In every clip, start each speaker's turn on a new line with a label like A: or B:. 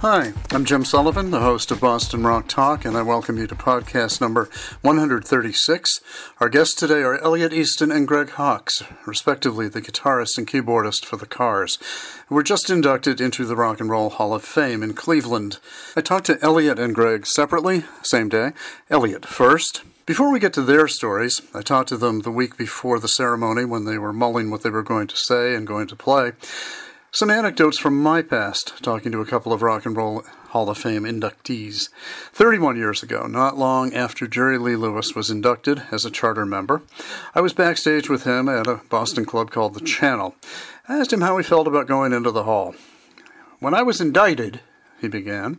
A: Hi, I'm Jim Sullivan, the host of Boston Rock Talk, and I welcome you to podcast number 136. Our guests today are Elliot Easton and Greg Hawkes, respectively the guitarist and keyboardist for The Cars, who were just inducted into the Rock and Roll Hall of Fame in Cleveland. I talked to Elliot and Greg separately, same day. Elliot first. Before we get to their stories, I talked to them the week before the ceremony when they were mulling what they were going to say and going to play. Some anecdotes from my past, talking to a couple of Rock and Roll Hall of Fame inductees. 31 years ago, not long after Jerry Lee Lewis was inducted as a charter member, I was backstage with him at a Boston club called The Channel. I asked him how he felt about going into the hall. When I was indicted, he began,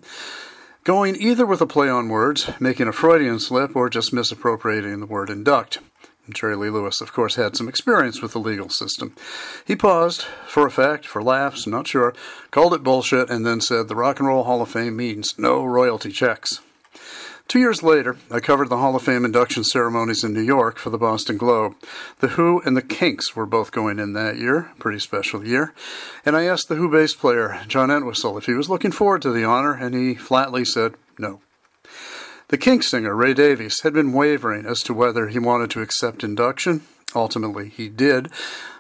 A: going either with a play on words, making a Freudian slip, or just misappropriating the word induct. Jerry Lee Lewis, of course, had some experience with the legal system. He paused, for effect, for laughs, not sure, called it bullshit, and then said the Rock and Roll Hall of Fame means no royalty checks. Two years later, I covered the Hall of Fame induction ceremonies in New York for the Boston Globe. The Who and the Kinks were both going in that year, pretty special year, and I asked the Who bass player, John Entwistle, if he was looking forward to the honor, and he flatly said no. The Kink singer, Ray Davies, had been wavering as to whether he wanted to accept induction. Ultimately, he did,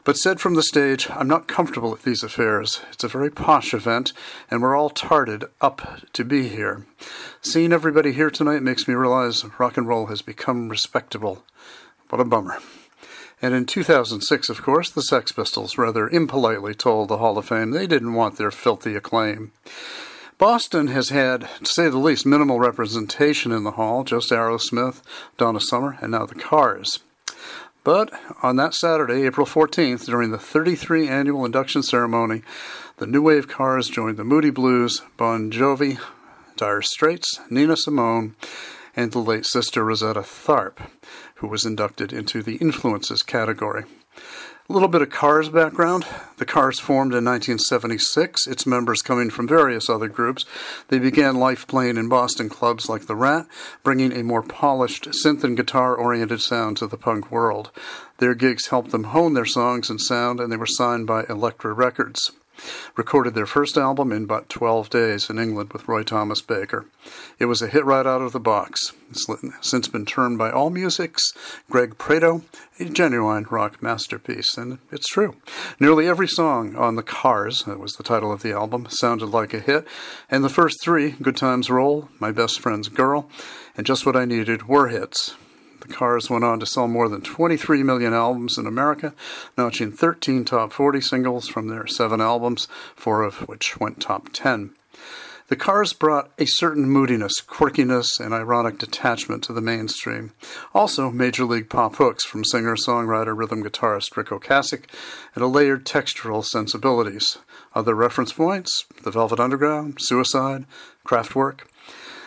A: but said from the stage, I'm not comfortable at these affairs. It's a very posh event, and we're all tarted up to be here. Seeing everybody here tonight makes me realize rock and roll has become respectable. What a bummer. And in 2006, of course, the Sex Pistols rather impolitely told the Hall of Fame they didn't want their filthy acclaim. Boston has had, to say the least, minimal representation in the hall, just Aerosmith, Donna Summer, and now the Cars. But on that Saturday, April 14th, during the 33 annual induction ceremony, the New Wave Cars joined the Moody Blues, Bon Jovi, Dire Straits, Nina Simone, and the late sister Rosetta Tharpe, who was inducted into the Influences category. A little bit of Cars background. The Cars formed in 1976, its members coming from various other groups. They began life playing in Boston clubs like The Rat, bringing a more polished synth and guitar oriented sound to the punk world. Their gigs helped them hone their songs and sound, and they were signed by Elektra Records. Recorded their first album in about 12 days in England with Roy Thomas Baker. It was a hit right out of the box. It's li- since been termed by AllMusic's Greg Prado a genuine rock masterpiece, and it's true. Nearly every song on The Cars, that was the title of the album, sounded like a hit, and the first three, Good Times Roll, My Best Friend's Girl, and Just What I Needed, were hits. The Cars went on to sell more than 23 million albums in America, notching 13 top 40 singles from their seven albums, four of which went top 10. The Cars brought a certain moodiness, quirkiness, and ironic detachment to the mainstream. Also, major league pop hooks from singer, songwriter, rhythm guitarist Rick Ocasek, and a layered textural sensibilities. Other reference points The Velvet Underground, Suicide, Kraftwerk.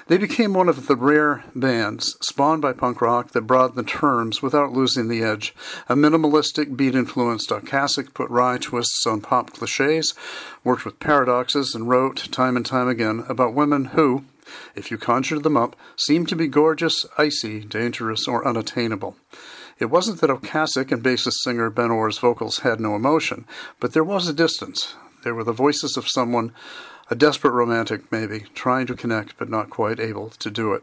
A: They became one of the rare bands spawned by punk rock that broadened the terms without losing the edge. A minimalistic, beat influenced Ocasek put wry twists on pop cliches, worked with paradoxes, and wrote time and time again about women who, if you conjured them up, seemed to be gorgeous, icy, dangerous, or unattainable. It wasn't that Ocasek and bassist singer Ben Orr's vocals had no emotion, but there was a distance. There were the voices of someone, a desperate romantic maybe, trying to connect but not quite able to do it.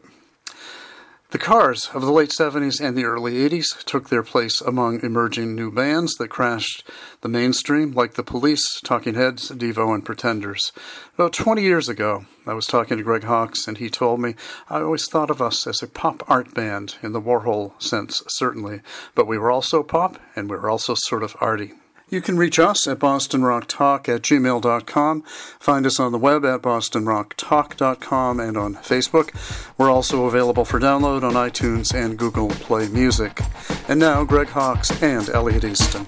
A: The Cars of the late 70s and the early 80s took their place among emerging new bands that crashed the mainstream, like The Police, Talking Heads, Devo, and Pretenders. About 20 years ago, I was talking to Greg Hawkes, and he told me, I always thought of us as a pop art band, in the Warhol sense, certainly, but we were also pop, and we were also sort of arty. You can reach us at bostonrocktalk at gmail.com. Find us on the web at bostonrocktalk.com and on Facebook. We're also available for download on iTunes and Google Play Music. And now, Greg Hawkes and Elliot Easton.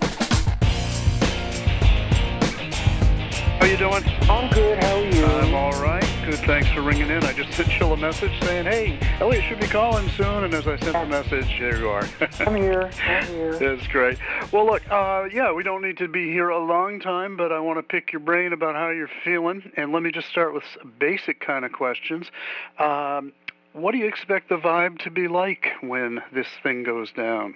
A: How you doing?
B: I'm good. How are you?
A: I'm all right. Good. Thanks for ringing in. I just sent Chill a message saying, "Hey, Elliot should be calling soon." And as I sent the message, here you are.
B: I'm here. I'm here.
A: That's great. Well, look, uh, yeah, we don't need to be here a long time, but I want to pick your brain about how you're feeling. And let me just start with some basic kind of questions. Um, what do you expect the vibe to be like when this thing goes down?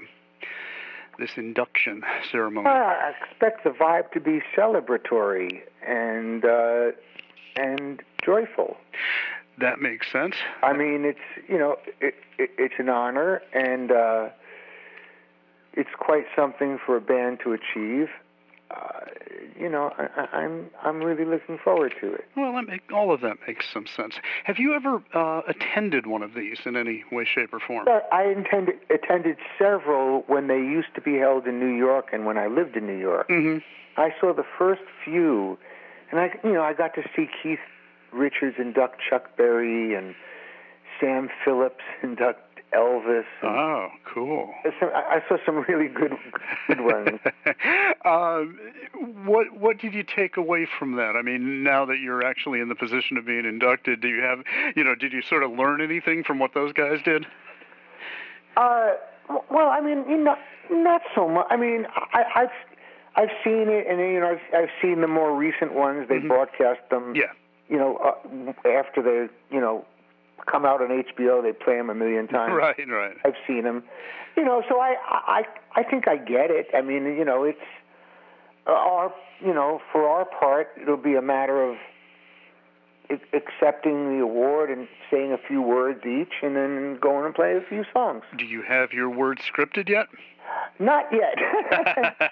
A: This induction ceremony.
B: Well, I expect the vibe to be celebratory and uh, and joyful.
A: That makes sense.
B: I mean, it's you know, it, it, it's an honor, and uh, it's quite something for a band to achieve. Uh, you know, I, I- I'm I'm really looking forward to it.
A: Well, that make, all of that makes some sense. Have you ever uh, attended one of these in any way, shape, or form?
B: But I intended, attended several when they used to be held in New York, and when I lived in New York,
A: hmm
B: I saw the first few, and I you know I got to see Keith Richards and Duck Chuck Berry and Sam Phillips and Duck Elvis. and-
A: Oh, cool.
B: Some, I I saw some really good good ones.
A: um, what what did you take away from that? I mean, now that you're actually in the position of being inducted, do you have you know did you sort of learn anything from what those guys did?
B: uh, w- well, I mean, you know, not so much. I mean, I, I've I've seen it, and you know, I've, I've seen the more recent ones. They broadcast them.
A: Yeah.
B: You know, uh, after they you know come out on HBO, they play them a million times.
A: Right, right.
B: I've seen them. You know, so I I I I think I get it. I mean, you know, it's our you know for our part, it'll be a matter of ac- accepting the award and saying a few words each, and then going and play a few songs.
A: Do you have your words scripted yet?
B: Not yet,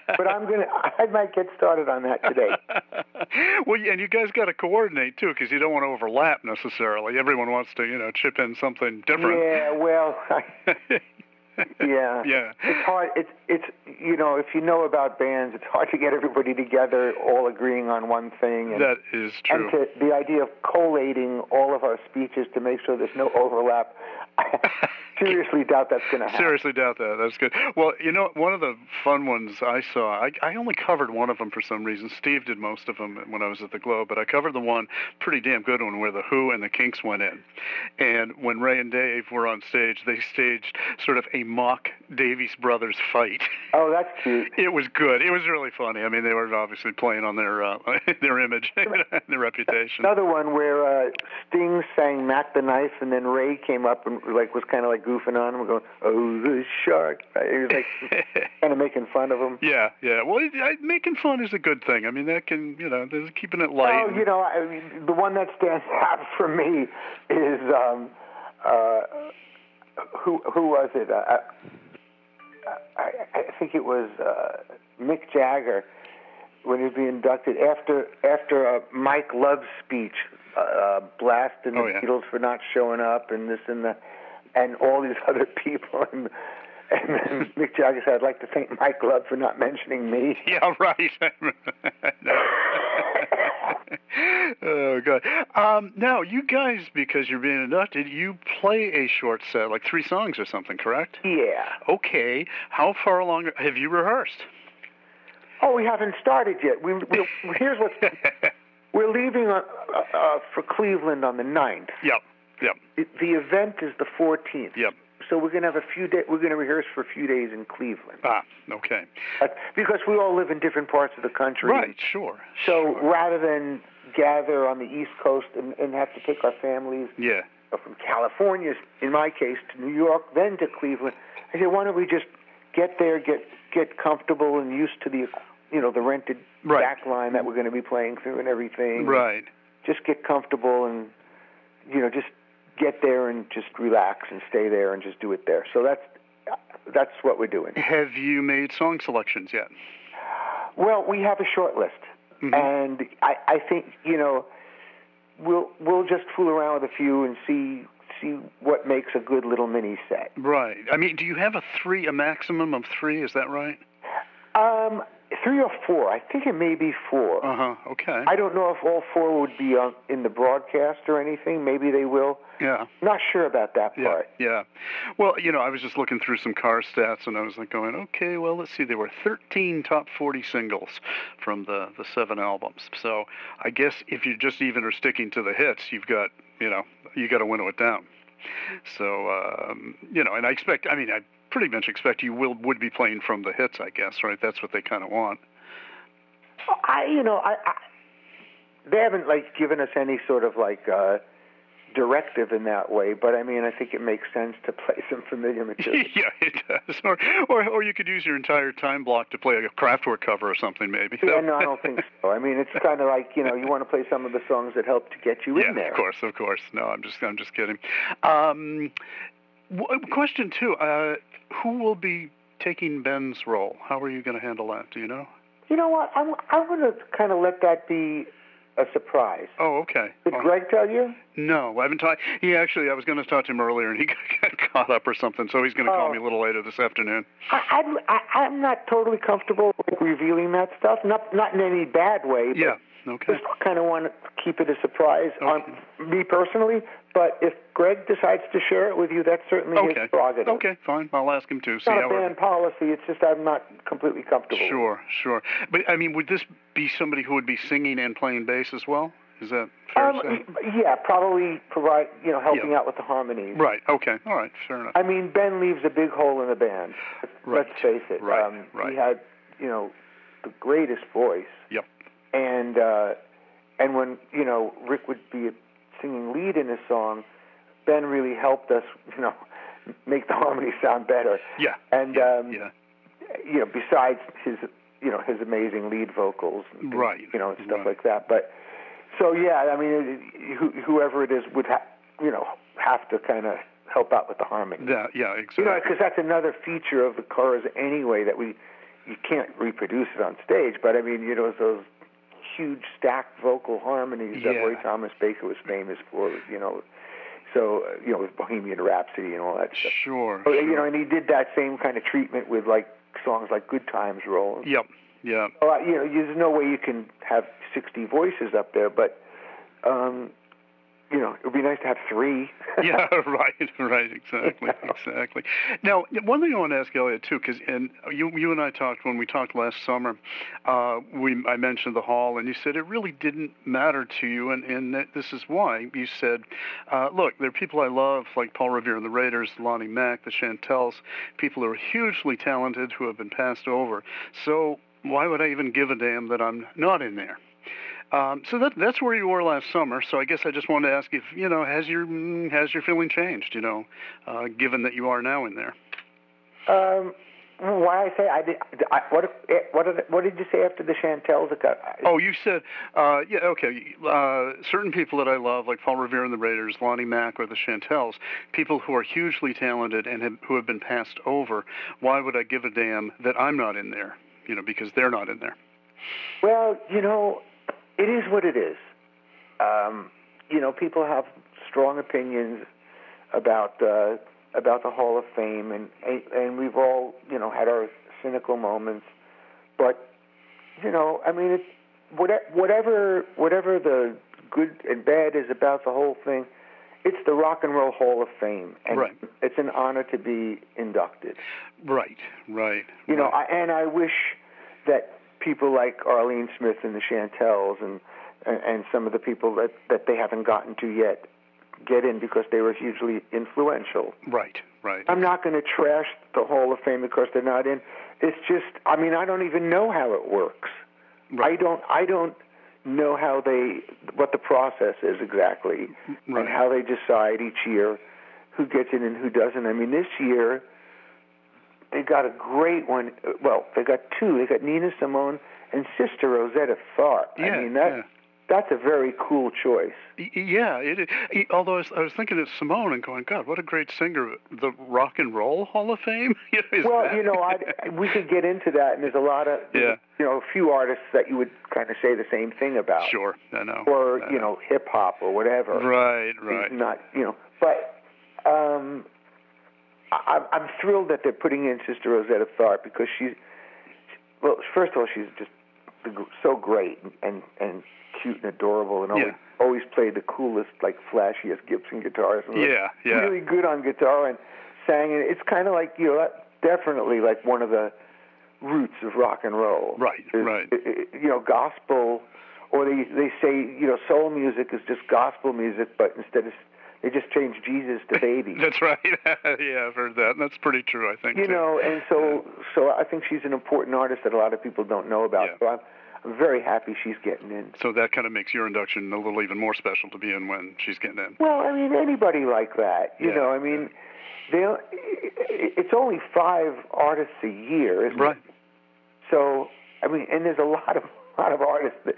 B: but I'm gonna. I might get started on that today.
A: well, and you guys got to coordinate too, because you don't want to overlap necessarily. Everyone wants to, you know, chip in something different.
B: Yeah, well, I, yeah.
A: yeah.
B: It's hard. It's it's you know if you know about bands, it's hard to get everybody together, all agreeing on one thing. And,
A: That is true.
B: And to the idea of collating all of our speeches to make sure there's no overlap, I seriously doubt that's going to happen.
A: Seriously doubt that. That's good. Well, you know, one of the fun ones I saw, I, I only covered one of them for some reason. Steve did most of them when I was at the Globe, but I covered the one pretty damn good one where the Who and the Kinks went in. And when Ray and Dave were on stage, they staged sort of a mock Davies Brothers fight.
B: Oh, that's cute.
A: It was good. It was really funny. I mean, they were obviously playing on their uh, their image, their reputation.
B: Another one where uh, Sting sang "Mac the Knife" and then Ray came up and like was kind of like goofing on him, and going, "Oh, the shark!" Right? He was like kind of making fun of him.
A: yeah, yeah. Well, it, I, making fun is a good thing. I mean, that can you know, there's keeping it light.
B: Oh, you know, I mean, the one that stands out for me is um, uh, who who was it? Uh, I, I, I think it was uh, Mick Jagger when he was being inducted after after uh, Mike Love's speech, uh, blasting the
A: Oh, yeah.
B: Beatles for not showing up and this and that, and all these other people and. And then Mick Jagger said, "I'd like to thank Mike Love for not mentioning me."
A: Yeah, right. No. oh god. Um, now you guys, because you're being inducted, you play a short set, like three songs or something, correct?
B: Yeah.
A: Okay. How far along have you rehearsed?
B: Oh, we haven't started yet. We, we here's what we're leaving uh, uh, for Cleveland on the 9th.
A: yep. Yep.
B: The, the event is the 14th.
A: Yep.
B: So we're gonna have a few days. We're gonna rehearse for a few days in Cleveland
A: Ah. Okay.
B: Uh, because we all live in different parts of the country.
A: Right. Sure.
B: So
A: sure.
B: rather than gather on the East Coast and, and have to take our families
A: yeah.
B: from California, in my case, to New York, then to Cleveland, I said, why don't we just get there, get get comfortable and used to the you know the rented
A: Right.
B: back line that we're going to be playing through and everything.
A: Right.
B: Just get comfortable and you know just get there and just relax and stay there and just do it there. So that's that's what we're doing.
A: Have you made song selections yet?
B: Well, we have a short list,
A: Mhm.
B: and I, I think you know we'll we'll just fool around with a few and see see what makes a good little mini set.
A: Right. I mean, do you have a three, a maximum of three? Is that right?
B: Um, three or four. I think it may be four.
A: Uh huh. Okay.
B: I don't know if all four would be on, in the broadcast or anything. Maybe they will.
A: yeah.
B: Not sure about that
A: Yeah,
B: part.
A: yeah. Well, you know, I was just looking through some car stats, and I was like going, okay, well, let's see. There were 13 top 40 singles from the the seven albums. So I guess if you just even are sticking to the hits, you've got you know you got to winnow it down. So um, you know, and I expect. I mean, I pretty much expect you will would be playing from the hits. I guess right. That's what they kind of want.
B: I, you know, I, I they haven't like given us any sort of like uh, directive in that way, but I mean, I think it makes sense to play some familiar material.
A: yeah, it does. Or, or, or you could use your entire time block to play a Kraftwerk cover or something, maybe.
B: Yeah, no, I don't think so. I mean, it's kind of like you know, you want to play some of the songs that help to get you
A: yeah,
B: in there.
A: of course, of course. No, I'm just, I'm just kidding. Um, w- question two: uh, Who will be taking Ben's role? How are you going to handle that? Do you know?
B: You know what? I'm, I'm going to kind of let that be a surprise.
A: Oh, okay.
B: Did
A: Oh,
B: Greg tell you?
A: No, I haven't talked. He actually, I was going to talk to him earlier, and he got caught up or something. So he's going to call
B: Oh.
A: me a little later this afternoon.
B: I, I'm- I, I'm not totally comfortable like, revealing that stuff. Not not in any bad way. But
A: Yeah. Okay.
B: Just kind of want to keep it a surprise on me personally. But if Greg decides to share it with you, that's certainly
A: Okay.
B: his prerogative.
A: Okay. Fine. I'll ask him to
B: It's
A: see
B: not
A: how.
B: a
A: it-
B: band policy. It's just I'm not completely comfortable.
A: Sure, sure. But I mean, would this be somebody who would be singing and playing bass as well? Is that fair to
B: Um,
A: say?
B: yeah, probably provide you know helping
A: Yeah.
B: out with the harmonies.
A: Right. Okay. All right. Fair enough.
B: I mean, Ben leaves a big hole in the band.
A: Right,
B: Let's face it.
A: right,
B: um,
A: right.
B: He had, you know, the greatest voice.
A: Yep.
B: And uh, and when you know Rick would be singing lead in a song, Ben really helped us, you know, make the harmony sound better.
A: Yeah.
B: And
A: yeah,
B: um,
A: yeah.
B: you know, besides his, you know, his amazing lead vocals, and things,
A: Right,
B: You know, and stuff
A: right.
B: like that. But so yeah, I mean, it, who, whoever it is would, ha- you know, have to kind of help out with the harmony.
A: That, yeah. Exactly.
B: You know, because that's another feature of the chorus anyway that we you can't reproduce it on stage. But I mean, you know, it's those huge stacked vocal harmonies that
A: Yeah.
B: Roy Thomas Baker was famous for. You know, so uh, you know, with Bohemian Rhapsody and all that stuff.
A: sure.
B: Oh, You
A: sure.
B: know, and he did that same kind of treatment with like songs like "Good Times Roll."
A: Yep. Yeah.
B: Oh, I- you know, there's no way you can have 60 voices up there, but um, you know, it would be nice to have three.
A: yeah, right, right, exactly, exactly. Now, one thing I want to ask Elliot too, because and you, you and I talked when we talked last summer. Uh, we I mentioned the hall, and you said it really didn't matter to you, and and that this is why you said, uh, look, there are people I love like Paul Revere and the Raiders, Lonnie Mack, the Chantels, people who are hugely talented who have been passed over. So why would I even give a damn that I'm not in there? Um, so that, that's where you were last summer. So I guess I just wanted to ask if you know has your mm, has your feeling changed? You know, uh, given that you are now in there.
B: Um, why I say I did? I, what eh, what did, what did you say after the Chantels? It got- I-
A: Oh, you said uh, yeah, okay. Uh, certain people that I love, like Paul Revere and the Raiders, Lonnie Mack, or the Chantels, people who are hugely talented and have, who have been passed over. Why would I give a damn that I'm not in there? You know, because they're not in there.
B: Well, you know, it is what it is. Um, you know, people have strong opinions about uh, about the Hall of Fame, and and we've all you know had our cynical moments. But you know, I mean, it's whate- whatever whatever the good and bad is about the whole thing. It's the Rock and Roll Hall of Fame, and
A: Right.
B: it's an honor to be inducted.
A: Right, right.
B: You know, I, and I wish that people like Arlene Smith and the Chantels and and, and some of the people that that they haven't gotten to yet get in because they were hugely influential.
A: right, right.
B: I'm not going to trash the Hall of Fame because they're not in. It's just, I mean, I don't even know how it works. I
A: Right.
B: don't, I don't know how they, what the process is exactly,
A: Right.
B: and how they decide each year who gets in and who doesn't. I mean, this year they got a great one. uh, Well, they got two. They got Nina Simone and Sister Rosetta Tharpe.
A: Yeah,
B: I mean, that
A: yeah.
B: that's a very cool choice.
A: Y- Yeah, it, it, although I was, I was thinking of Simone and going, God, what a great singer! The Rock and Roll Hall of Fame. You know, is
B: Well,
A: that-
B: you know, I we could get into that, and there's a lot of
A: Yeah.
B: you know, a few artists that you would kind of say the same thing about,
A: sure, I know.
B: or
A: I
B: you know, hip hop or whatever.
A: right,
B: He's
A: right,
B: Not you know, but um, I, I'm- I'm thrilled that they're putting in Sister Rosetta Tharpe because she's well, first of all, she's just the gr- so great and and, and cute and adorable, and always always played the coolest, like flashiest Gibson guitars. And was
A: yeah, yeah,
B: really good on guitar and sang, and it's kind of like you know, that's definitely like one of the roots of rock and roll.
A: Right,
B: Is-
A: right.
B: i- i- you know, gospel, or they they say you know, soul music is just gospel music, but instead of they just change Jesus to baby.
A: that's right. yeah, I've heard that. That's pretty true, I think.
B: you
A: too.
B: know, and so so I think she's an important artist that a lot of people don't know about.
A: Yeah.
B: So I'm I'm very happy she's getting in.
A: So that kind of makes your induction a little even more special to be in when she's getting in.
B: Well, I mean, anybody like that, you
A: Yeah,
B: know. I mean, they don't- it's only five artists a year, isn't
A: Right.
B: it? So I mean, and there's a lot of lot of artists that,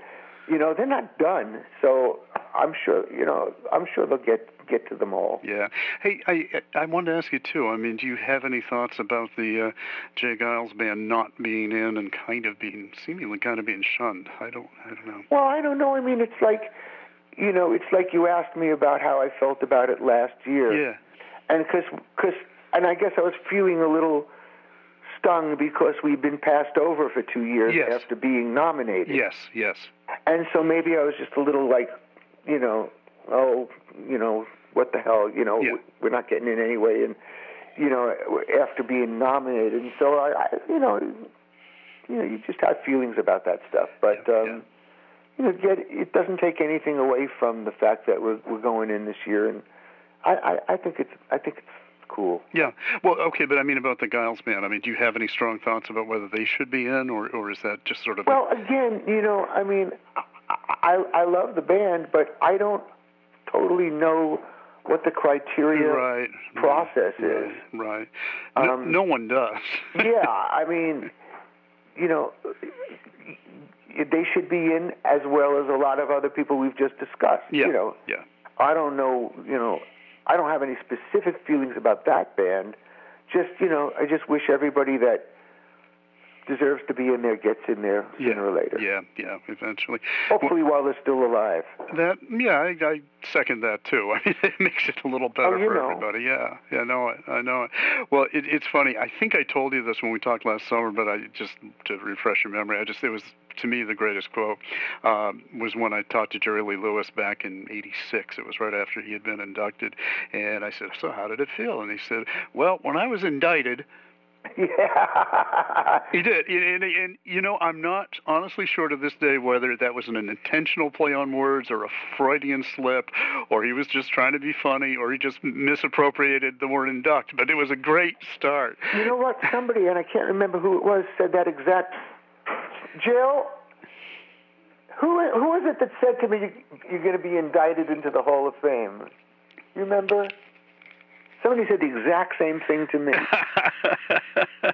B: you know, they're not done. So I'm sure, you know, I'm sure they'll get get to them all.
A: Yeah. Hey, I I wanted to ask you too. I mean, do you have any thoughts about the uh, Jay Giles band not being in and kind of being seemingly kind of being shunned? I don't I don't know.
B: Well, I don't know. I mean, it's like, you know, it's like you asked me about how I felt about it last year.
A: Yeah.
B: and cause, cause, and I guess I was feeling a little stung because we've been passed over for two years
A: Yes.
B: after being nominated,
A: Yes. Yes.
B: and so maybe I was just a little like, you know, oh, you know, what the hell, you know,
A: Yeah.
B: we're not getting in anyway, and you know, after being nominated, and so I, I you know, you know, you just have feelings about that stuff, but.
A: Yeah,
B: um
A: yeah.
B: you know, get, it doesn't take anything away from the fact that we're, we're going in this year, and I, I, I think it's I think it's cool.
A: Yeah. Well, okay, but I mean about the Giles band. I mean, do you have any strong thoughts about whether they should be in, or or is that just sort of?
B: Well, again, you know, I mean, I I I love the band, but I don't totally know what the criteria.
A: right
B: process
A: right,
B: is.
A: right. No,
B: Um,
A: no one does.
B: yeah, I mean, you know, they should be in as well as a lot of other people we've just discussed.
A: yeah.
B: You know,
A: Yeah.
B: I don't know, you know, I don't have any specific feelings about that band. Just, you know, I just wish everybody that deserves to be in there gets in there
A: Yeah.
B: sooner or later.
A: Yeah. Yeah. Eventually.
B: Hopefully while they're still alive.
A: That yeah, I, I second that too. I mean, it makes it a little better
B: Oh, you
A: for
B: know.
A: everybody. Yeah, yeah, I know it. I know it. Well, it, it's funny. I think I told you this when we talked last summer, but I just to refresh your memory, I just it was to me the greatest quote um, was when I talked to Jerry Lee Lewis back in '86. It was right after he had been inducted, and I said, "So how did it feel?" And he said, "Well, when I was indicted,
B: Yeah.
A: he did, and, and, and you know, I'm not honestly sure to this day whether that was an intentional play on words or a Freudian slip, or he was just trying to be funny, or he just misappropriated the word induct. But it was a great start.
B: You know what? Somebody, and I can't remember who it was, said that exact. Jill, who who was it that said to me you, you're going to be indicted into the Hall of Fame? You remember? Somebody said the exact same thing to me.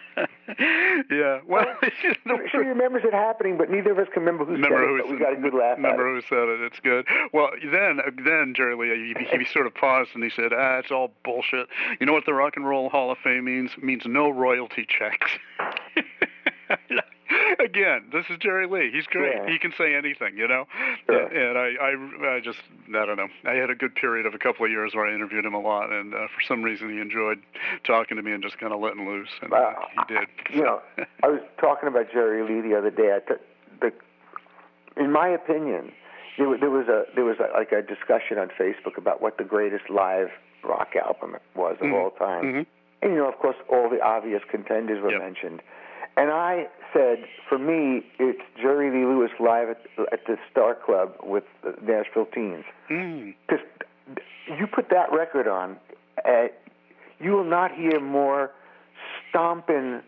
A: yeah. Well, it's just the
B: she remembers it happening, but neither of us can remember who
A: Remember
B: said
A: who
B: it. But we
A: said-
B: got a good laugh
A: Remember
B: at it.
A: who said it? It's good. Well, then, then Jerry Lee, he, he sort of paused and he said, "Ah, it's all bullshit." You know what the Rock and Roll Hall of Fame means? Means no royalty checks. Again, this is Jerry Lee. He's great.
B: Yeah.
A: He can say anything, you know.
B: Sure.
A: And, and I, I, I just, I don't know. I had a good period of a couple of years where I interviewed him a lot, and uh, for some reason he enjoyed talking to me and just kind of letting loose, and uh,
B: Wow.
A: he did.
B: You know, I was talking about Jerry Lee the other day. I t- the, in my opinion, there, wa- there was a there was a, like a discussion on Facebook about what the greatest live rock album was of all time.
A: Mhm.
B: And you know, of course, all the obvious contenders were
A: Yep.
B: mentioned. And I said, for me, it's Jerry Lee Lewis live at, at the Star Club with the Nashville Teens.
A: Mm.
B: Because you put that record on, uh, you will not hear more stomping,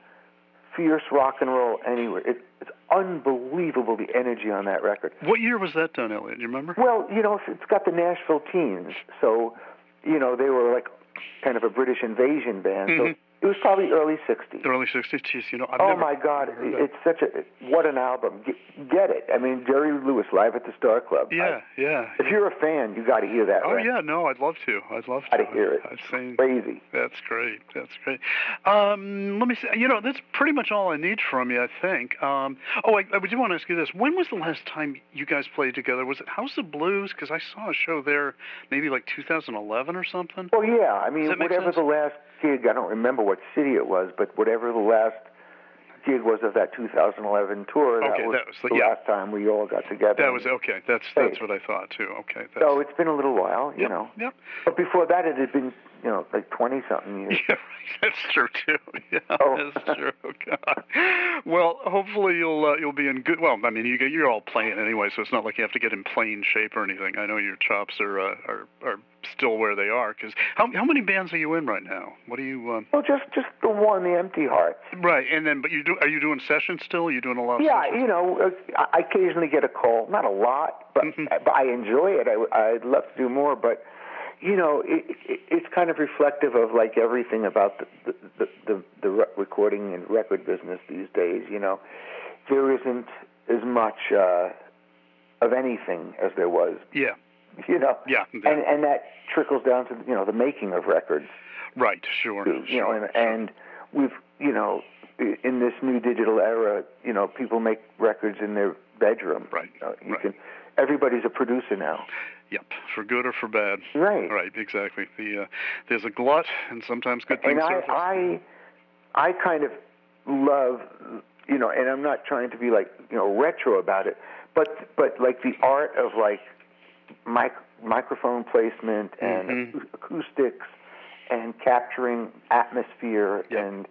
B: fierce rock and roll anywhere. It, it's unbelievable the energy on that record.
A: What year was that done, Elliot? You remember?
B: Well, you know, it's got the Nashville Teens, so you know they were like kind of a British invasion band.
A: Mhm.
B: So it was probably early '60s.
A: The early '60s. Geez, you know, I've
B: Oh
A: never
B: my God,
A: heard that.
B: it's such a what an album! Get, get it? I mean, Jerry Lewis live at the Star Club.
A: Yeah, yeah.
B: I- if you're a fan, you got to hear that.
A: Oh
B: record.
A: yeah, no, I'd love to. I'd love to.
B: Gotta hear it.
A: I've seen.
B: Crazy.
A: That's great. That's great. Um, let me see. You know, that's pretty much all I need from you, I think. Um, oh, I, I do want to ask you this. When was the last time you guys played together? Was it House of Blues? Because I saw a show there maybe like 2011 or something.
B: Well, yeah. I mean,
A: Does that make
B: whatever
A: sense?
B: the last gig, I don't remember what city it was, but whatever the last gig was of that 2011 tour,
A: Okay,
B: that, was
A: that was the-
B: the
A: yeah.
B: last time we all got together.
A: That was okay. That's
B: Hey.
A: that's what I thought too. Okay. That's,
B: So it's been a little while, you
A: yep,
B: know.
A: Yep.
B: But before that, it had been, you know, like 20 something years.
A: Yeah, right. That's true too. Yeah,
B: Oh.
A: that's true. God. Well, hopefully you'll uh, you'll be in good. Well, I mean, you, you're all playing anyway, so it's not like you have to get in plain shape or anything. I know your chops are uh, are are still where they are. Because how how many bands are you in right now? What are you? Um,
B: Well, just just the one, the Empty Heart.
A: right, and then but you do are you doing sessions still? Are you doing a lot? Of
B: Yeah,
A: sessions?
B: you know, I I occasionally get a call. Not a lot, but,
A: Mhm.
B: but I enjoy it. I, I'd love to do more, but you know, it, it, it's kind of reflective of like everything about the the, the the re- recording and record business these days. You know, there isn't as much uh, of anything as there was.
A: Yeah,
B: You know,
A: yeah,
B: and and that trickles down to you know the making of records
A: right, sure,
B: you know,
A: sure,
B: and,
A: sure.
B: and we've, you know, i- in this new digital era, you know, people make records in their bedroom.
A: Right,
B: You know, you
A: right.
B: can, everybody's a producer now.
A: yep, for good or for bad.
B: Right.
A: Right, exactly. The uh, there's a glut, and sometimes good things
B: And I,
A: surface.
B: I, I kind of love, you know, and I'm not trying to be like, you know, retro about it, but but like the art of like mic- microphone placement and
A: Mhm.
B: acou- acoustics and capturing atmosphere
A: Yep.
B: and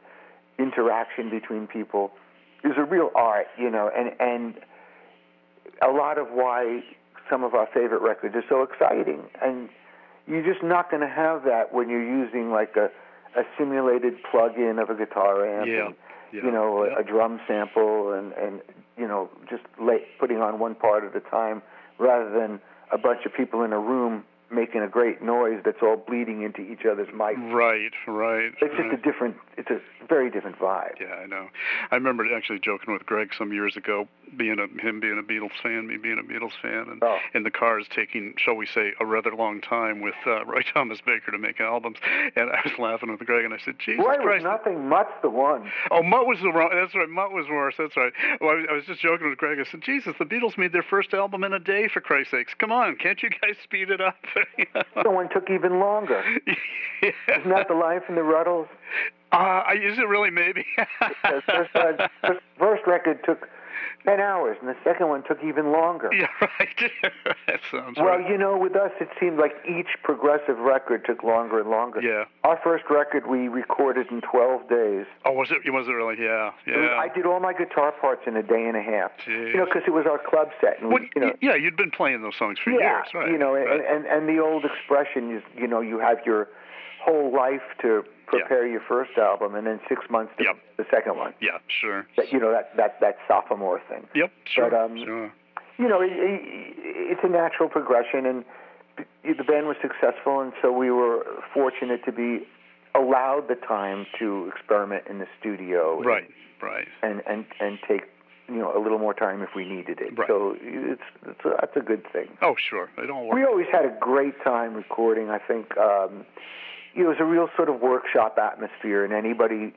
B: interaction between people is a real art, you know, and and a lot of why some of our favorite records are so exciting and you're just not going to have that when you're using like a a simulated plug-in of a guitar amp,
A: Yeah,
B: and,
A: yeah,
B: you know,
A: yeah.
B: a, a drum sample, and and you know, just lay, putting on one part at a time, rather than a bunch of people in a room making a great noise that's all bleeding into each other's mic.
A: Mm-hmm. Right, right.
B: It's
A: right.
B: just a different, it's a very different vibe.
A: Yeah, I know. I remember actually joking with Greg some years ago, being a him being a Beatles fan, me being a Beatles fan, and
B: Oh.
A: and the Cars taking, shall we say, a rather long time with uh, Roy Thomas Baker to make albums. And I was laughing with Greg, and I said, "Jesus
B: Roy was
A: Christ!"
B: nothing much the one.
A: oh, Mutt was the wrong. That's right. Mutt was worse. That's right. Well, I, was, I was just joking with Greg. I said, "Jesus, the Beatles made their first album in a day, for Christ's sakes! Come on, can't you guys speed it up?"
B: The one took even longer. Isn't that the life in the Ruddles?
A: uh, is it really maybe?
B: The first, uh, first, first record took ten hours, and the second one took even longer.
A: Yeah, right. that sounds
B: Well,
A: right.
B: you know, with us, it seemed like each progressive record took longer and longer.
A: Yeah.
B: Our first record we recorded in 12 days.
A: Oh, was it? Was it really? Yeah,
B: I mean,
A: yeah.
B: I did all my guitar parts in a day and a half.
A: Jeez.
B: You know, because it was our club set, and we,
A: Well,
B: you know,
A: y- yeah, you'd been playing those songs for
B: yeah,
A: years, right?
B: you know, and,
A: right.
B: and and the old expression is, you know, you have your whole life to prepare your first album, and then six months to
A: Yep.
B: the second one.
A: yeah, sure.
B: That, you know, that that that sophomore thing.
A: Yep, sure,
B: but, um,
A: sure.
B: you know, it, it, it's a natural progression, and the- the band was successful, and so we were fortunate to be allowed the time to experiment in the studio, and-
A: Right, right.
B: and and and take you know a little more time if we needed it.
A: Right.
B: So it's, it's a, that's a good thing.
A: Oh, sure. They don't work.
B: We always had a great time recording. I think um, it was a real sort of workshop atmosphere, and anybody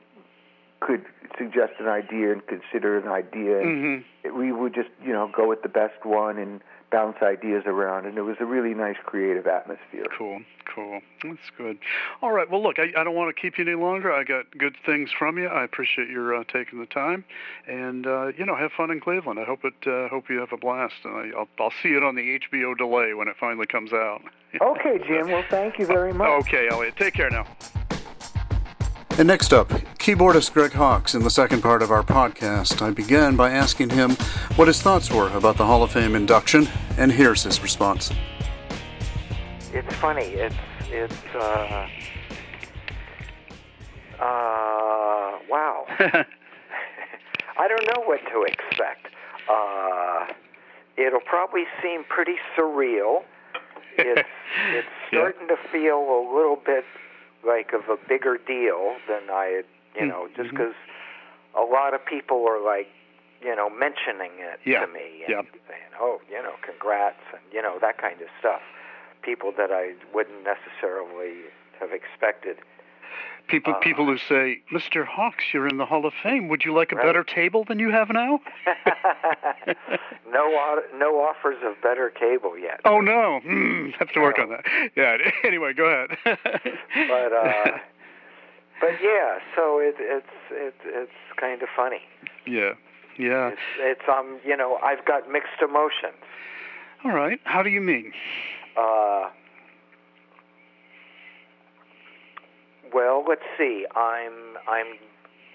B: could suggest an idea and consider an idea. And,
A: Mm-hmm.
B: we would just you know go with the best one and bounce ideas around and it was a really nice creative atmosphere
A: Cool, cool. That's good. All right. Well, look, I, I don't want to keep you any longer. I got good things from you. I appreciate your uh, taking the time, and uh, you know, have fun in Cleveland. I hope it. Uh, hope you have a blast, and I, I'll, I'll see it on the HBO delay when it finally comes out.
B: okay jim well thank you very much
A: Okay, Elliot. Take care now. And next up, keyboardist Greg Hawkes in the second part of our podcast. I began by asking him what his thoughts were about the Hall of Fame induction, and here's his response.
C: it's funny. It's it's uh, uh, wow. I don't know what to expect. Uh, it'll probably seem pretty surreal. It's it's
A: Yeah.
C: starting to feel a little bit like of a bigger deal than I had, you know, just
A: Mhm.
C: because a lot of people are like, you know, mentioning it
A: Yeah.
C: to me and
A: Yeah.
C: saying, "Oh, you know, congrats," and you know that kind of stuff. People that I wouldn't necessarily have expected.
A: People,
C: Uh,
A: people who say, "Mr. Hawkes, you're in the Hall of Fame. Would you like a
C: Right.
A: better table than you have now?"
C: no, o- no offers of better cable yet.
A: Oh no, mm, have to work
C: No.
A: on that. Yeah. Anyway, go ahead.
C: But uh, but yeah, so it, it's it's it's kind of funny.
A: yeah, yeah.
C: It's, it's um, you know, I've got mixed emotions.
A: All right. How do you mean?
C: Uh, well, let's see. I'm I'm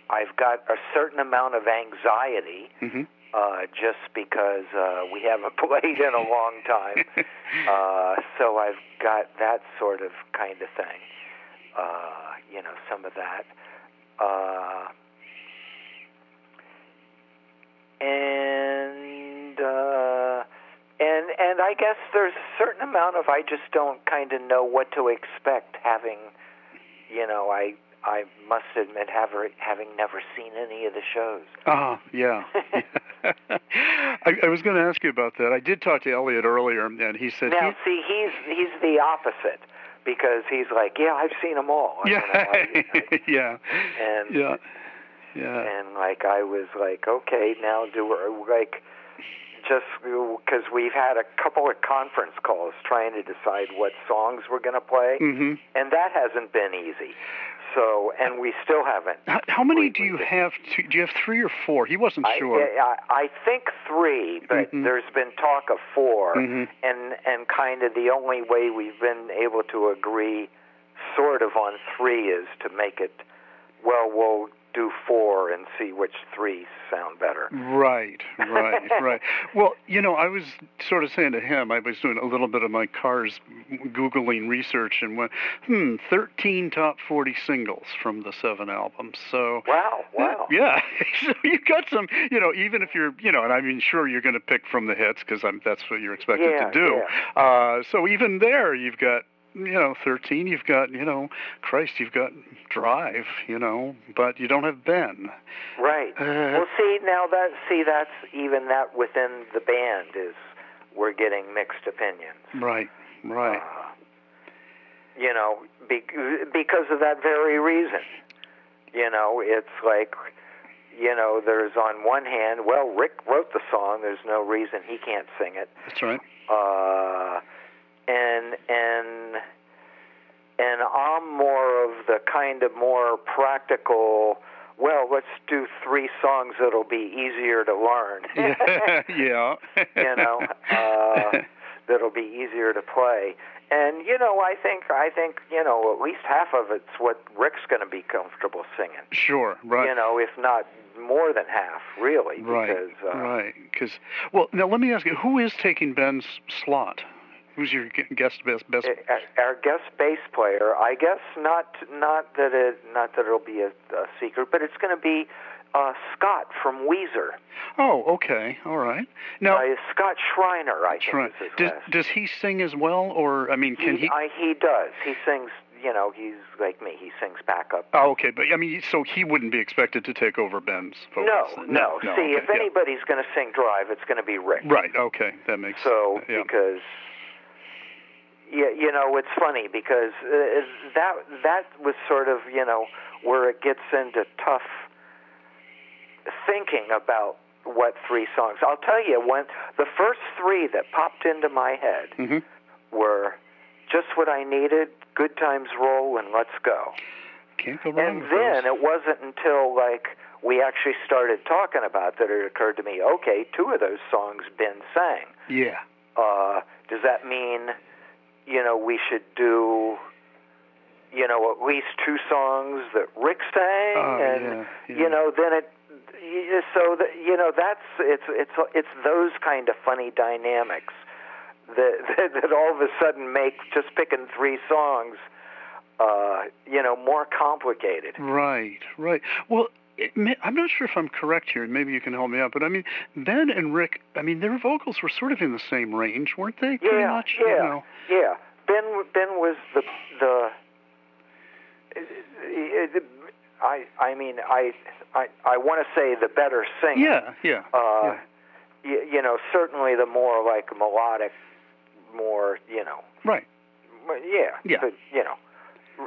C: I've got a certain amount of anxiety
A: hmm
B: uh, just because uh, we haven't played in a long time. uh, so I've got that sort of kind of thing. Uh, you know, some of that. Uh, and uh, and and I guess there's a certain amount of I just don't kind of know what to expect having, you know, I I must admit having having never seen any of the shows.
A: Ah, yeah. I, I was going to ask you about that. I did talk to Elliot earlier, and he said,
B: Now,
A: he-
B: see, he's he's the opposite because he's like, yeah, I've seen them all. You know,
A: "Yeah,
B: I-
A: yeah,
B: and
A: yeah, yeah,
B: and like I was like, okay, now do we like just because we've had a couple of conference calls trying to decide what songs we're going to play,
A: hmm
B: and that hasn't been easy. So, and we still haven't.
A: How, how many do
B: we
A: you
B: did.
A: have? To, do you have three or four? He wasn't
B: I,
A: sure.
B: I, I think three, but
A: Mhm.
B: there's been talk of 4
A: Mhm.
B: and and kind of the only way we've been able to agree, sort of on three, is to make it. Well, we'll do four and see which three sound better.
A: Right, right, right. Well, you know, I was sort of saying to him, I was doing a little bit of my car's Googling research and went, hmm, 13 top 40 singles from the seven albums. So,
B: Wow! Wow!
A: yeah, so you've got some, you know, even if you're, you know, and I mean, sure, you're going to pick from the hits because that's what you're expected
B: Yeah,
A: to do. Uh, so even there, you've got, you know, 13, you've got, you know, Christ, you've got Drive, you know, but you don't have Ben.
B: Right.
A: Uh,
B: Well, see now that see that's even that within the band is we're getting mixed opinions.
A: right, right.
B: Uh, you know, be, because of that very reason. You know, it's like, you know, there's on one hand, well, Rick wrote the song. There's no reason he can't sing it.
A: That's right.
B: Uh, and and and I'm more of the kind of more practical. Well, let's do three songs that'll be easier to learn.
A: yeah. yeah.
B: you know, uh, that'll be easier to play. And you know, I think I think you know at least half of it's what Rick's going to be comfortable singing.
A: sure, right.
B: You know, if not more than half, really.
A: right.
B: Because, uh,
A: right. Because, well, now let me ask you who is taking Ben's slot? Who's your gu- guest best? best?
B: our- Our guest bass player, I guess not not that it not that it'll be a, a secret, but it's going to be uh, Scott from Weezer.
A: oh, okay. All right. Now,
B: Uh, Scott Schreiner, I think.
A: Trent,
B: Is his
A: does,
B: last
A: does he sing as well? Or, I mean, can he?
B: I, he does. He sings. You know, he's like me. He sings backup.
A: oh, okay. But, I mean, so he wouldn't be expected to take over Ben's
B: No,
A: vocals. then.
B: no. See,
A: okay,
B: if
A: yeah.
B: anybody's going to sing Drive, it's going to be Rick.
A: Right, okay. That makes
B: So
A: yeah.
B: because yeah, you know, it's funny because uh, that that was sort of you know where it gets into tough thinking about what three songs. I'll tell you when the first three that popped into my head
A: Mhm.
B: were just what I needed. Good times roll and let's go.
A: Can't go wrong
B: And
A: with
B: then
A: those.
B: it wasn't until like we actually started talking about that it occurred to me, okay, two of those songs Ben sang.
A: Yeah.
B: Uh, does that mean, you know, we should do, you know, at least two songs that Rick sang,
A: Oh,
B: and
A: yeah, yeah.
B: you know, then it. y- So that you know, that's it's it's it's those kind of funny dynamics that that, that all of a sudden make just picking three songs, uh, you know, more complicated.
A: Right, right. Well, it may, I'm not sure if I'm correct here, and maybe you can help me out. But I mean, Ben and Rick, I mean, their vocals were sort of in the same range, weren't they? Pretty
B: Yeah,
A: much.
B: yeah,
A: You know?
B: yeah. Ben Ben was the the. I I mean I I I want to say the better singer.
A: Yeah, yeah.
B: Uh, You, you know, certainly the more like melodic, more you know,
A: Right.
B: yeah,
A: Yeah.
B: But, you know,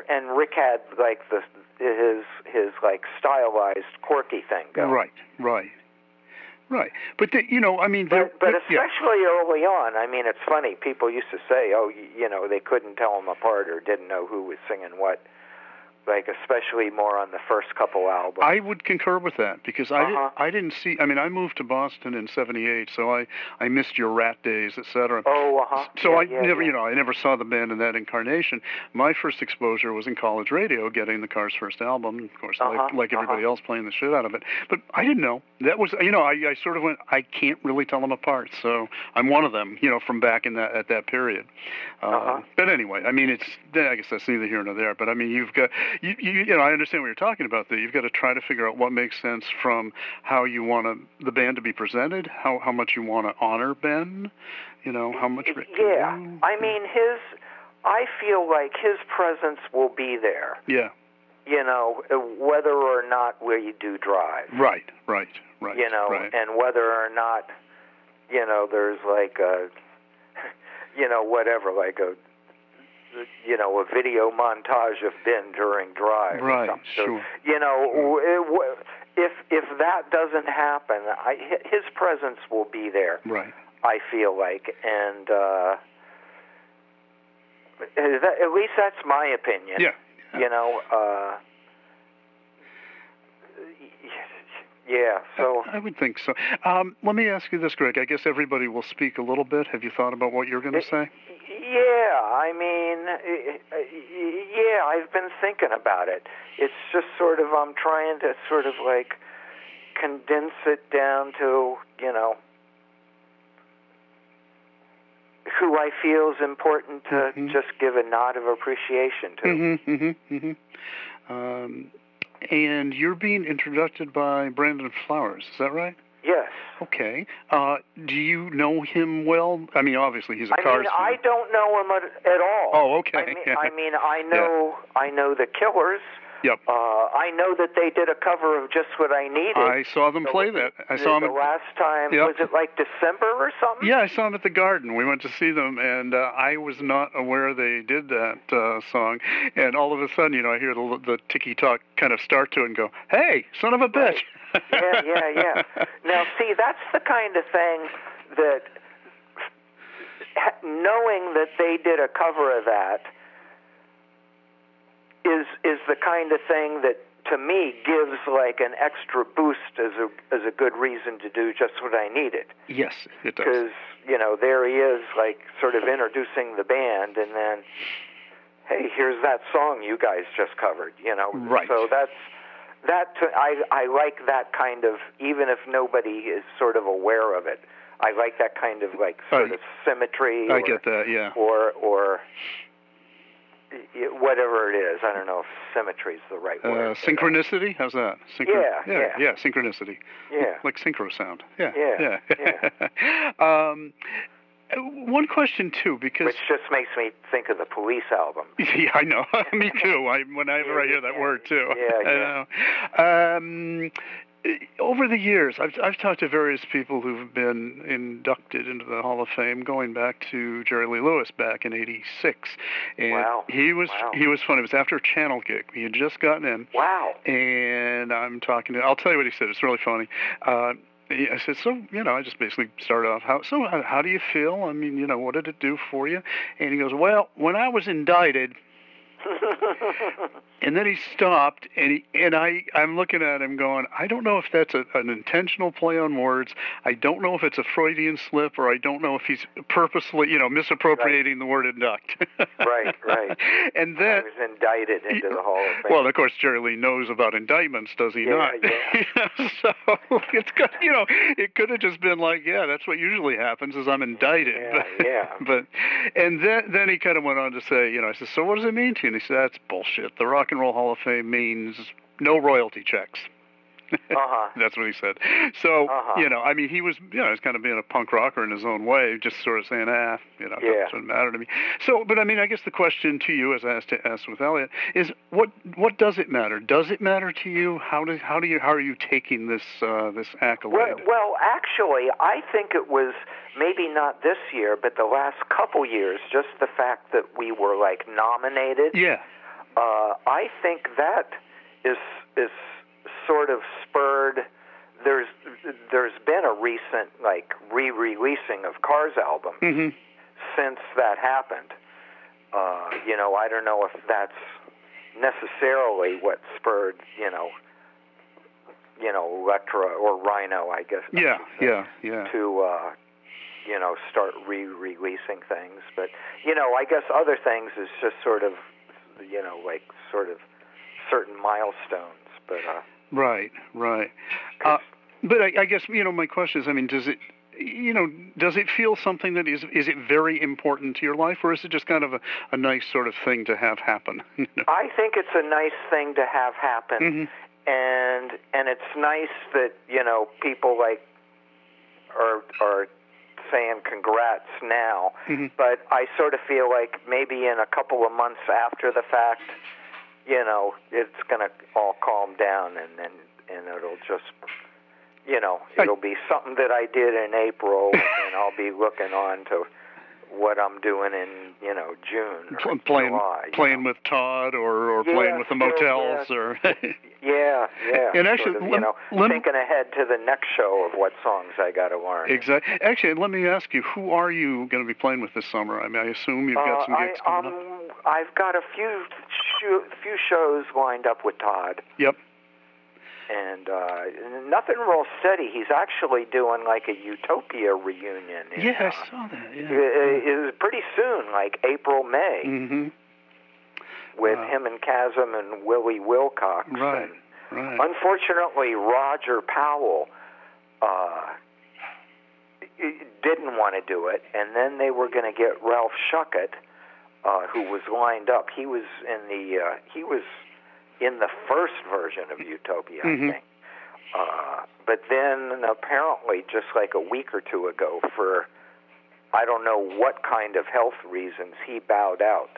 B: and Rick had like the his his like stylized quirky thing going.
A: Right. Right. Right. But they, you know, I mean, they're,
B: But, but
A: yeah,
B: especially early on, I mean, it's funny. People used to say, "Oh, y- you know, they couldn't tell them apart or didn't know who was singing what." like especially more on the first couple albums.
A: I would concur with that because I
B: Uh-huh.
A: didn't, I didn't see. I mean, I moved to Boston in '78, so I I missed your Rat days, etc.
B: oh, uh huh.
A: So I never, you know, I never saw the band in that incarnation. My first exposure was in college radio, getting the Cars' first album. Of course, like,
B: Uh-huh,
A: like everybody else, playing the shit out of it. But I didn't know that was, you know, I, I sort of went, I can't really tell them apart. So I'm one of them, you know, from back in that at that period. Uh,
B: Uh-huh.
A: But anyway, I mean, it's I guess that's neither here nor there. But I mean, you've got, you, you, you know, I understand what you're talking about. That you've got to try to figure out what makes sense from how you want to, the band to be presented, how how much you want to honor Ben. You know how much. Rick can
B: Yeah,
A: do.
B: I mean his. I feel like his presence will be there.
A: Yeah.
B: You know, uh, whether or not we do drive.
A: Right. Right. Right.
B: you know,
A: Right.
B: and whether or not, you know, there's like a, you know, whatever, like a, you know, a video montage of Ben during drive. or
A: Right,
B: something. So,
A: sure. Mm.
B: You know, w- w- if if that doesn't happen, I, hi- his presence will be there.
A: right.
B: I feel like, and uh, that, at least that's my opinion.
A: Yeah.
B: You know. Uh, yeah. So.
A: I would think so. Um, let me ask you this, Greg. I guess everybody will speak a little bit. Have you thought about what you're going to say?
B: Yeah, I mean, eh, eh, yeah, I've been thinking about it. It's just sort of I'm trying to sort of like condense it down to you know who I feel is important to
A: Mhm.
B: just give a nod of appreciation to.
A: Mm-hmm. Mm-hmm. Mm-hmm. Um, and you're being introducted by Brandon Flowers. Is that right?
B: Yes,
A: Okay. Uh, do you know him well? I mean, obviously he's a
B: I
A: Cars
B: mean I
A: fan.
B: don't know him at, at all.
A: Oh, okay.
B: I mean,
A: Yeah.
B: I mean, I know, I know the Killers.
A: Yep.
B: Uh, I know that they did a cover of Just What I Needed.
A: I saw them play that. I saw him
B: the
A: at
B: last time.
A: Yep.
B: Was it like December or something?
A: Yeah, I saw them at the Garden. We went to see them, and uh, I was not aware they did that uh, song. And all of a sudden, you know, I hear the, the ticky talk kind of start to it and go, "Hey, son of a bitch!"
B: yeah, yeah, yeah. Now, see, that's the kind of thing that ha- knowing that they did a cover of that is is the kind of thing that to me gives like an extra boost as a as a good reason to do just what I needed
A: yes, it does.
B: because you know there he is like sort of introducing the band and then hey here's that song you guys just covered you know
A: Right.
B: so that's that to, I I like that kind of even if nobody is sort of aware of it I like that kind of like sort
A: I-
B: of symmetry
A: Oh, I
B: or,
A: get that. Yeah.
B: or or y- y- whatever it is I don't know if symmetry is the right
A: Uh,
B: word for that.
A: synchronicity? How's that?
B: Yeah,
A: yeah,
B: yeah.
A: yeah. Synchronicity.
B: yeah
A: like synchro sound. Yeah,
B: Yeah,
A: yeah. um, one question too, because
B: which just makes me think of the Police album
A: Yeah, I know. Me too. I whenever I hear that word too.
B: Yeah,
A: I
B: yeah.
A: know. Um, over the years, I've I've talked to various people who've been inducted into the Hall of Fame, going back to Jerry Lee Lewis back in '86, and
B: Wow.
A: he was
B: Wow.
A: he was funny. It was after a channel gig. He had just gotten in,
B: wow
A: and I'm talking to. I'll tell you what he said. It's really funny. Uh, he- I said, so you know, I just basically started off. How so? How, how do you feel? I mean, you know, what did it do for you? And he goes, well, when I was indicted, and then he stopped, and he, and I I'm looking at him going, I don't know if that's a, an intentional play on words. I don't know if it's a Freudian slip, or I don't know if he's purposely, you know, misappropriating the word induct.
B: Right, right.
A: and
B: I
A: then
B: was indicted into the Hall of Fame.
A: Well, of course, Jerry Lee knows about indictments, does he
B: Yeah,
A: not?
B: yeah.
A: You know, so it's got, you know, it could have just been like, yeah, that's what usually happens is I'm indicted.
B: Yeah,
A: but,
B: yeah.
A: But and then then he kind of went on to say, you know, I said, so what does it mean to you? And he said, that's bullshit. The Rock and Roll Hall of Fame means no royalty checks.
B: uh-huh.
A: That's what he said. So
B: Uh-huh.
A: you know, I mean, he was you know, he was kind of being a punk rocker in his own way, just sort of saying, ah, you know,
B: Yeah.
A: it doesn't matter to me. So, but I mean, I guess the question to you, as I asked asked with Elliot, is what what does it matter? Does it matter to you? How does how do you how are you taking this uh, this accolade?
B: Well, well, actually, I think it was maybe not this year, but the last couple years, just the fact that we were like nominated.
A: yeah,
B: Uh, I think that is is sort of spurred. There's there's been a recent like re-releasing of Cars album
A: hmm
B: since that happened. Uh, you know, I don't know if that's necessarily what spurred you know you know Electra or Rhino, I guess. I
A: Yeah,
B: should say,
A: yeah, yeah.
B: To uh, you know start re-releasing things, but you know I guess other things is just sort of you know like sort of certain milestones, but uh,
A: Right, right. Uh, but I, I guess you know my question is, I mean, does it, you know, does it feel something that is is it very important to your life, or is it just kind of a, a nice sort of thing to have happen? You know?
B: I think it's a nice thing to have happen.
A: Mhm.
B: and and it's nice that you know people like are are saying congrats now
A: Mhm.
B: but i sort of feel like maybe in a couple of months after the fact you know it's going to all calm down and then and, it'll just you know
A: I-
B: it'll be something that i did in april and i'll be looking on to what i'm doing in you know june or
A: Pl- playing
B: July, you
A: playing
B: know.
A: with Todd, or or
B: Yeah,
A: playing with the
B: still,
A: motels,
B: yeah.
A: or
B: Yeah, yeah.
A: And actually,
B: sort of,
A: lem-
B: you know,
A: lem-
B: thinking ahead to the next show of what songs I got to learn.
A: exactly. Actually, let me ask you, who are you going to be playing with this summer? I mean, I assume you've got
B: Uh,
A: some gigs
B: I,
A: coming up.
B: um, I've got a few sho- few shows lined up with Todd,
A: Yep.
B: and uh, nothing real steady. He's actually doing like a Utopia reunion. In,
A: Yeah,
B: uh,
A: I saw that.
B: i-
A: Yeah.
B: i- is pretty soon, like April May,
A: hmm
B: with
A: wow.
B: him and Chasm and Willie Wilcox.
A: Right.
B: and-
A: Mm-hmm. Right.
B: Unfortunately, Roger Powell uh, didn't want to do it, and then they were going to get Ralph Shuckett, uh, who was lined up. He was in the uh, he was in the first version of Utopia,
A: Mhm.
B: I think. Uh, but then apparently, just like a week or two ago, for I don't know what kind of health reasons, he bowed out.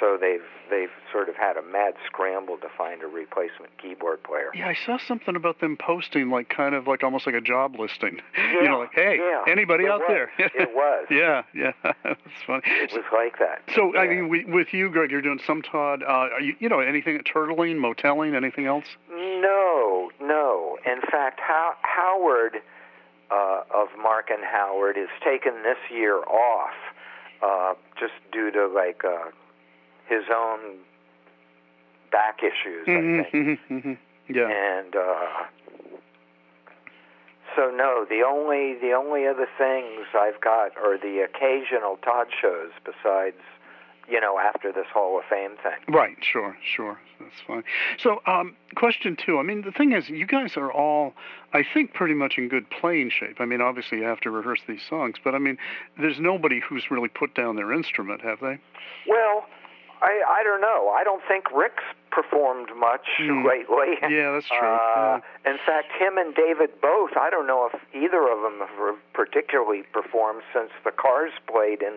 B: So they've they've sort of had a mad scramble to find a replacement keyboard player.
A: Yeah, I saw something about them posting like kind of like almost like a job listing. you
B: Yeah,
A: know, like hey,
B: yeah,
A: anybody
B: it
A: out
B: was,
A: there?
B: it was.
A: yeah, yeah, that's funny.
B: It was like that.
A: So I
B: Yeah.
A: mean, with, with you, Greg, you're doing some Todd. Uh, are you, you know, anything turtling, moteling, anything else?
B: No, no. In fact, How- Howard uh, of Mark and Howard is taking this year off uh, just due to like uh, his own back issues. I think.
A: Mm-hmm, hmm Yeah.
B: And uh, so no, the only the only other things I've got are the occasional Todd shows besides, you know, after this Hall of Fame thing.
A: Right. Sure. Sure. That's fine. So, um, question two. I mean, the thing is, you guys are all, I think, pretty much in good playing shape. I mean, obviously, you have to rehearse these songs, but I mean, there's nobody who's really put down their instrument, have they?
B: Well, I I don't know. I don't think Rick's performed much
A: Hmm.
B: lately.
A: Yeah, that's true.
B: Uh,
A: Yeah.
B: In fact, him and David both. I don't know if either of them have particularly performed since the Cars played in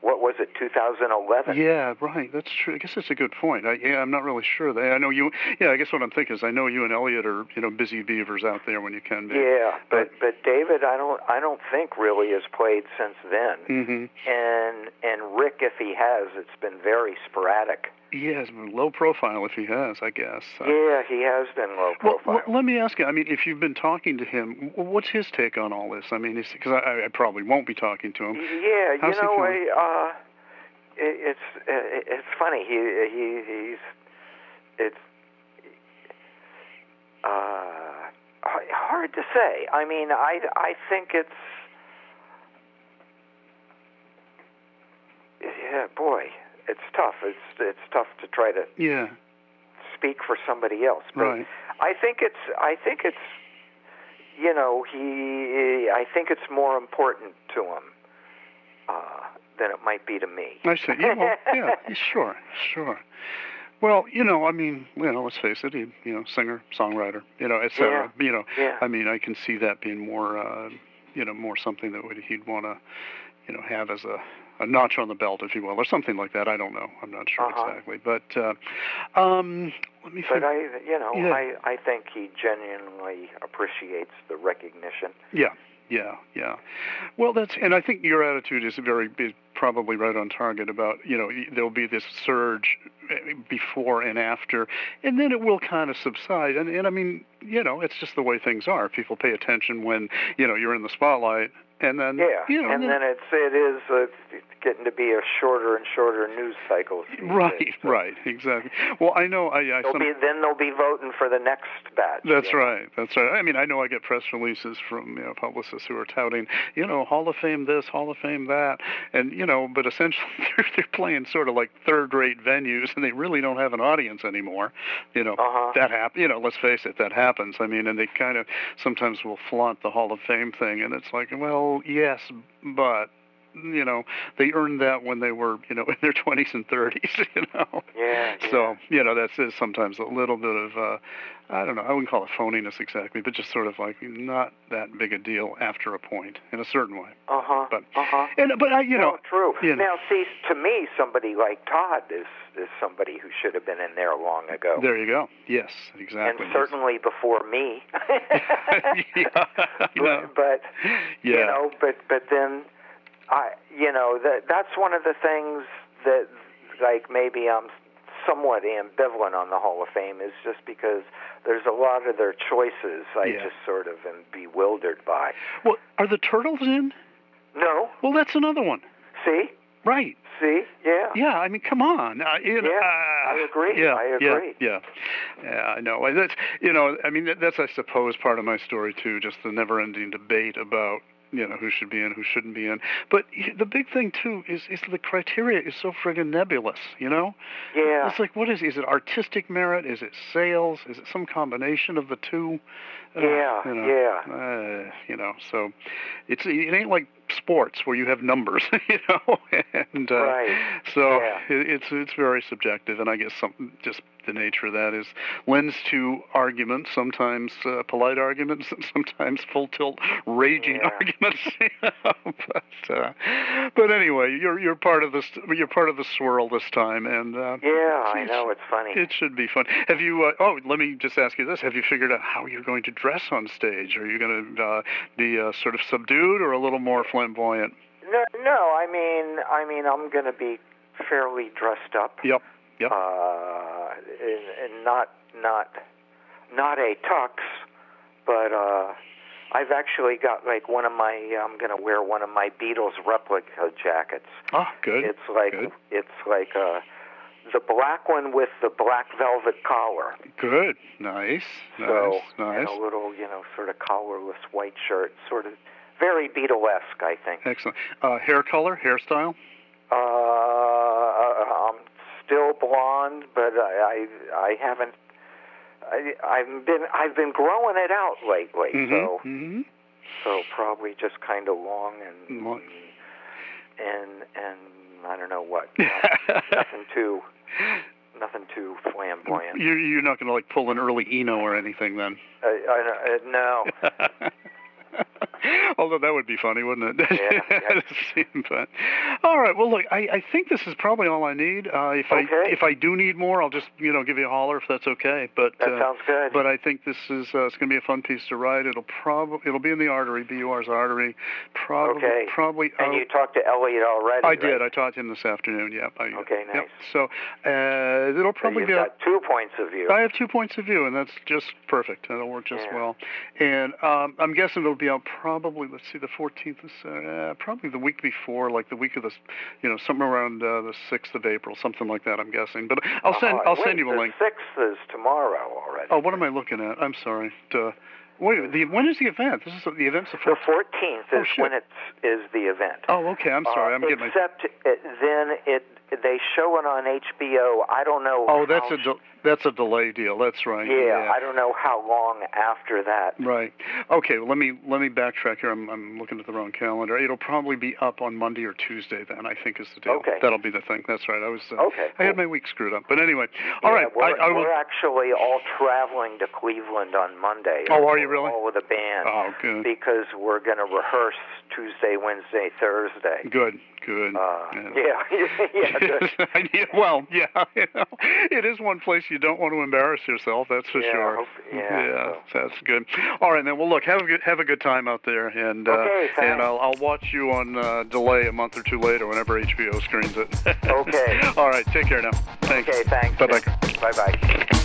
B: what was it, 2011?
A: Yeah, right. That's true. I guess that's a good point. I, yeah, I'm not really sure. They, I know you. Yeah, I guess what I'm thinking is, I know you and Elliot are, you know, busy beavers out there when you can be.
B: Yeah, but but David, I don't I don't think really has played since then.
A: hmm
B: And and Rick, if he has, it's been very sporadic.
A: He has been low profile if he has, I guess. Uh,
B: Yeah, he has been low
A: Well,
B: profile.
A: l- let me ask you. I mean, if you've been talking to him, w- what's his take on all this? I mean, because I, I probably won't be talking to him.
B: Yeah,
A: How's
B: you
A: he
B: know,
A: feeling?
B: I, uh, it, it's it, it's funny. He he he's it's uh h- hard to say. I mean, I I think it's yeah, boy, it's tough. It's it's tough to try to
A: Yeah.
B: speak for somebody else, but
A: Right.
B: I think it's I think it's you know he I think it's more important to him uh, than it might be to me.
A: I see. Yeah, well, yeah, sure, sure. Well, you know, I mean, you know, let's face it, he, you know, singer, songwriter, you know, et cetera. You know,
B: Yeah.
A: I mean, I can see that being more, uh, you know, more something that would, he'd want to, you know, have as a, a notch on the belt, if you will, or something like that. I don't know. I'm not sure
B: Uh-huh.
A: exactly. But uh, um, let me
B: But
A: think.
B: I you know
A: Yeah.
B: I I think he genuinely appreciates the recognition.
A: Yeah, yeah, yeah. Well, that's and I think your attitude is very is probably right on target about you know y- there'll be this surge eh, before and after, and then it will kind of subside. And and I mean you know it's just the way things are. People pay attention when you know you're in the spotlight, and then
B: Yeah,
A: you know,
B: and then it's it is uh, getting to be a shorter and shorter news cycle.
A: Right, right, exactly. Well, I know I. I
B: They'll
A: some-
B: be, then they'll be voting for the next batch.
A: That's
B: you know.
A: right. That's right. I mean, I know I get press releases from you know, publicists who are touting, you know, Hall of Fame this, Hall of Fame that, and you know, but essentially they're, they're playing sort of like third-rate venues, and they really don't have an audience anymore. You know,
B: Uh-huh.
A: that happen. You know, let's face it, that happens. I mean, and they kind of sometimes will flaunt the Hall of Fame thing, and it's like, well, yes, but you know, they earned that when they were you know in their 20s and 30s. You know.
B: Yeah. yeah.
A: So you know that's is sometimes a little bit of uh, I don't know I wouldn't call it phoniness exactly, but just sort of like not that big a deal after a point in a certain way.
B: Uh huh.
A: But-
B: Uh huh.
A: And but I you know
B: no, true.
A: you know.
B: Now, see, to me, somebody like Todd is is somebody who should have been in there long ago,
A: there you go yes
B: Oh, and
A: exactly
B: certainly before me.
A: yeah, I know.
B: But
A: yeah
B: you know, but but then I, you know, that that's one of the things that like maybe I'm somewhat ambivalent on the Hall of Fame is just because there's a lot of their choices I
A: Yeah.
B: just sort of am bewildered by.
A: well are the turtles in
B: No,
A: well that's another one
B: see,
A: right
B: see, yeah.
A: yeah I mean come on uh, you know,
B: Yeah,
A: uh,
B: I agree,
A: yeah
B: I
A: yeah,
B: agree.
A: yeah yeah I know And that's you know I mean that, that's I suppose part of my story too just the never ending debate about you know who should be in, who shouldn't be in. But the big thing too is is the criteria is so friggin' nebulous. You know,
B: Yeah.
A: it's like what is is it artistic merit? Is it sales? Is it some combination of the two? Uh,
B: Yeah,
A: you know,
B: yeah.
A: Uh, you know, so it's it ain't like sports where you have numbers. You know, and uh,
B: Right.
A: so
B: Yeah.
A: it, it's it's very subjective, and I guess some just the nature of that is lends to arguments, sometimes uh, polite arguments, and sometimes full tilt raging
B: Yeah.
A: arguments. you know, but uh, but anyway, you're you're part of this you're part of the swirl this time, and uh,
B: Yeah, I
A: it's-
B: know it's funny.
A: It should be fun. Have you? Uh, oh, let me just ask you this: Have you figured out how you're going to dress on stage? Are you going to uh, be uh, sort of subdued or a little more flamboyant?
B: no, no, I mean, I mean, I'm going to be fairly dressed up.
A: Yep. Yep.
B: Uh, and, and not not not a tux, but uh, I've actually got like one of my. I'm going to wear one of my Beatles replica jackets.
A: Ah, good.
B: It's like
A: Good.
B: it's like uh, the black one with the black velvet collar.
A: Good. Nice. Nice.
B: so
A: nice.
B: and a little, you know, sort of collarless white shirt, sort of very Beatlesque, I think.
A: Excellent. Uh, hair color, hairstyle.
B: Uh, I'm still blonde, but I I, I haven't. I, I've been I've been growing it out lately, so
A: hmm
B: so probably just kind of long and
A: Long.
B: and and I don't know what. nothing too nothing too flamboyant.
A: You're, you're not going to like pull an early Eno or anything then.
B: I, I, I, no,
A: Although that would be funny, wouldn't it?
B: Yeah, yeah.
A: but, all right. Well, look, I, I think this is probably all I need. Uh, if I
B: Okay.
A: if I do need more, I'll just you know give you a holler if that's okay. But
B: that
A: uh,
B: sounds good.
A: but I think this is uh, it's going to be a fun piece to write. It'll probably it'll be in the artery, BUR's artery. Probably
B: Okay.
A: probably. out-
B: and you talked to Elliot already?
A: uh, I did.
B: Right?
A: I taught him this afternoon. Yep. I,
B: Okay,
A: Yep.
B: nice.
A: So uh, it'll
B: So
A: probably
B: you've
A: be. out-
B: got two points of view.
A: I have two points of view, and that's just perfect. That'll work just
B: Yeah.
A: well. And um, I'm guessing it'll be out probably. Let's see, the 14th is uh, probably the week before, like the week of the, s- you know, somewhere around uh, the 6th of April, something like that. I'm guessing. But I'll send.
B: Uh-huh.
A: I'll
B: Wait,
A: send you a
B: the
A: link.
B: Sixth is tomorrow already.
A: Oh, what am I looking at? I'm sorry. Duh. Wait, the, when is the event? This is the event's the
B: The
A: first.
B: fourteenth
A: Oh,
B: is
A: shit.
B: when it's is the event.
A: Oh, okay. I'm sorry.
B: Uh,
A: I'm getting my.
B: Except it, then it they show it on HBO. I don't know.
A: Oh, that's
B: how
A: a del that's a delay deal. That's right.
B: yeah, I don't know how long after that.
A: Right. Okay. Well, let me let me backtrack here. I'm I'm looking at the wrong calendar. It'll probably be up on Monday or Tuesday. Then I think is the deal.
B: Okay.
A: That'll be the thing. That's right. I was. Uh,
B: Okay,
A: I had
B: cool.
A: my week screwed up. But anyway. all
B: Yeah,
A: right.
B: We're,
A: I, I will.
B: we're actually all traveling to Cleveland on Monday.
A: Oh, are you really?
B: All with a band
A: Oh, good.
B: because we're going to rehearse Tuesday, Wednesday, Thursday.
A: Good. Good.
B: Uh, yeah, yeah, good.
A: I need- well, yeah, you know, it is one place you don't want to embarrass yourself. That's for
B: Yeah,
A: sure.
B: hope- yeah, so.
A: that's good. All right, then. Well, look, have a good, have a good time out there, and
B: Okay,
A: uh, and
B: thanks.
A: I'll, I'll watch you on uh, delay a month or two later whenever HBO screens it.
B: Okay.
A: All right. Take care now. Thanks.
B: Okay, thanks.
A: Bye bye.
B: Bye bye.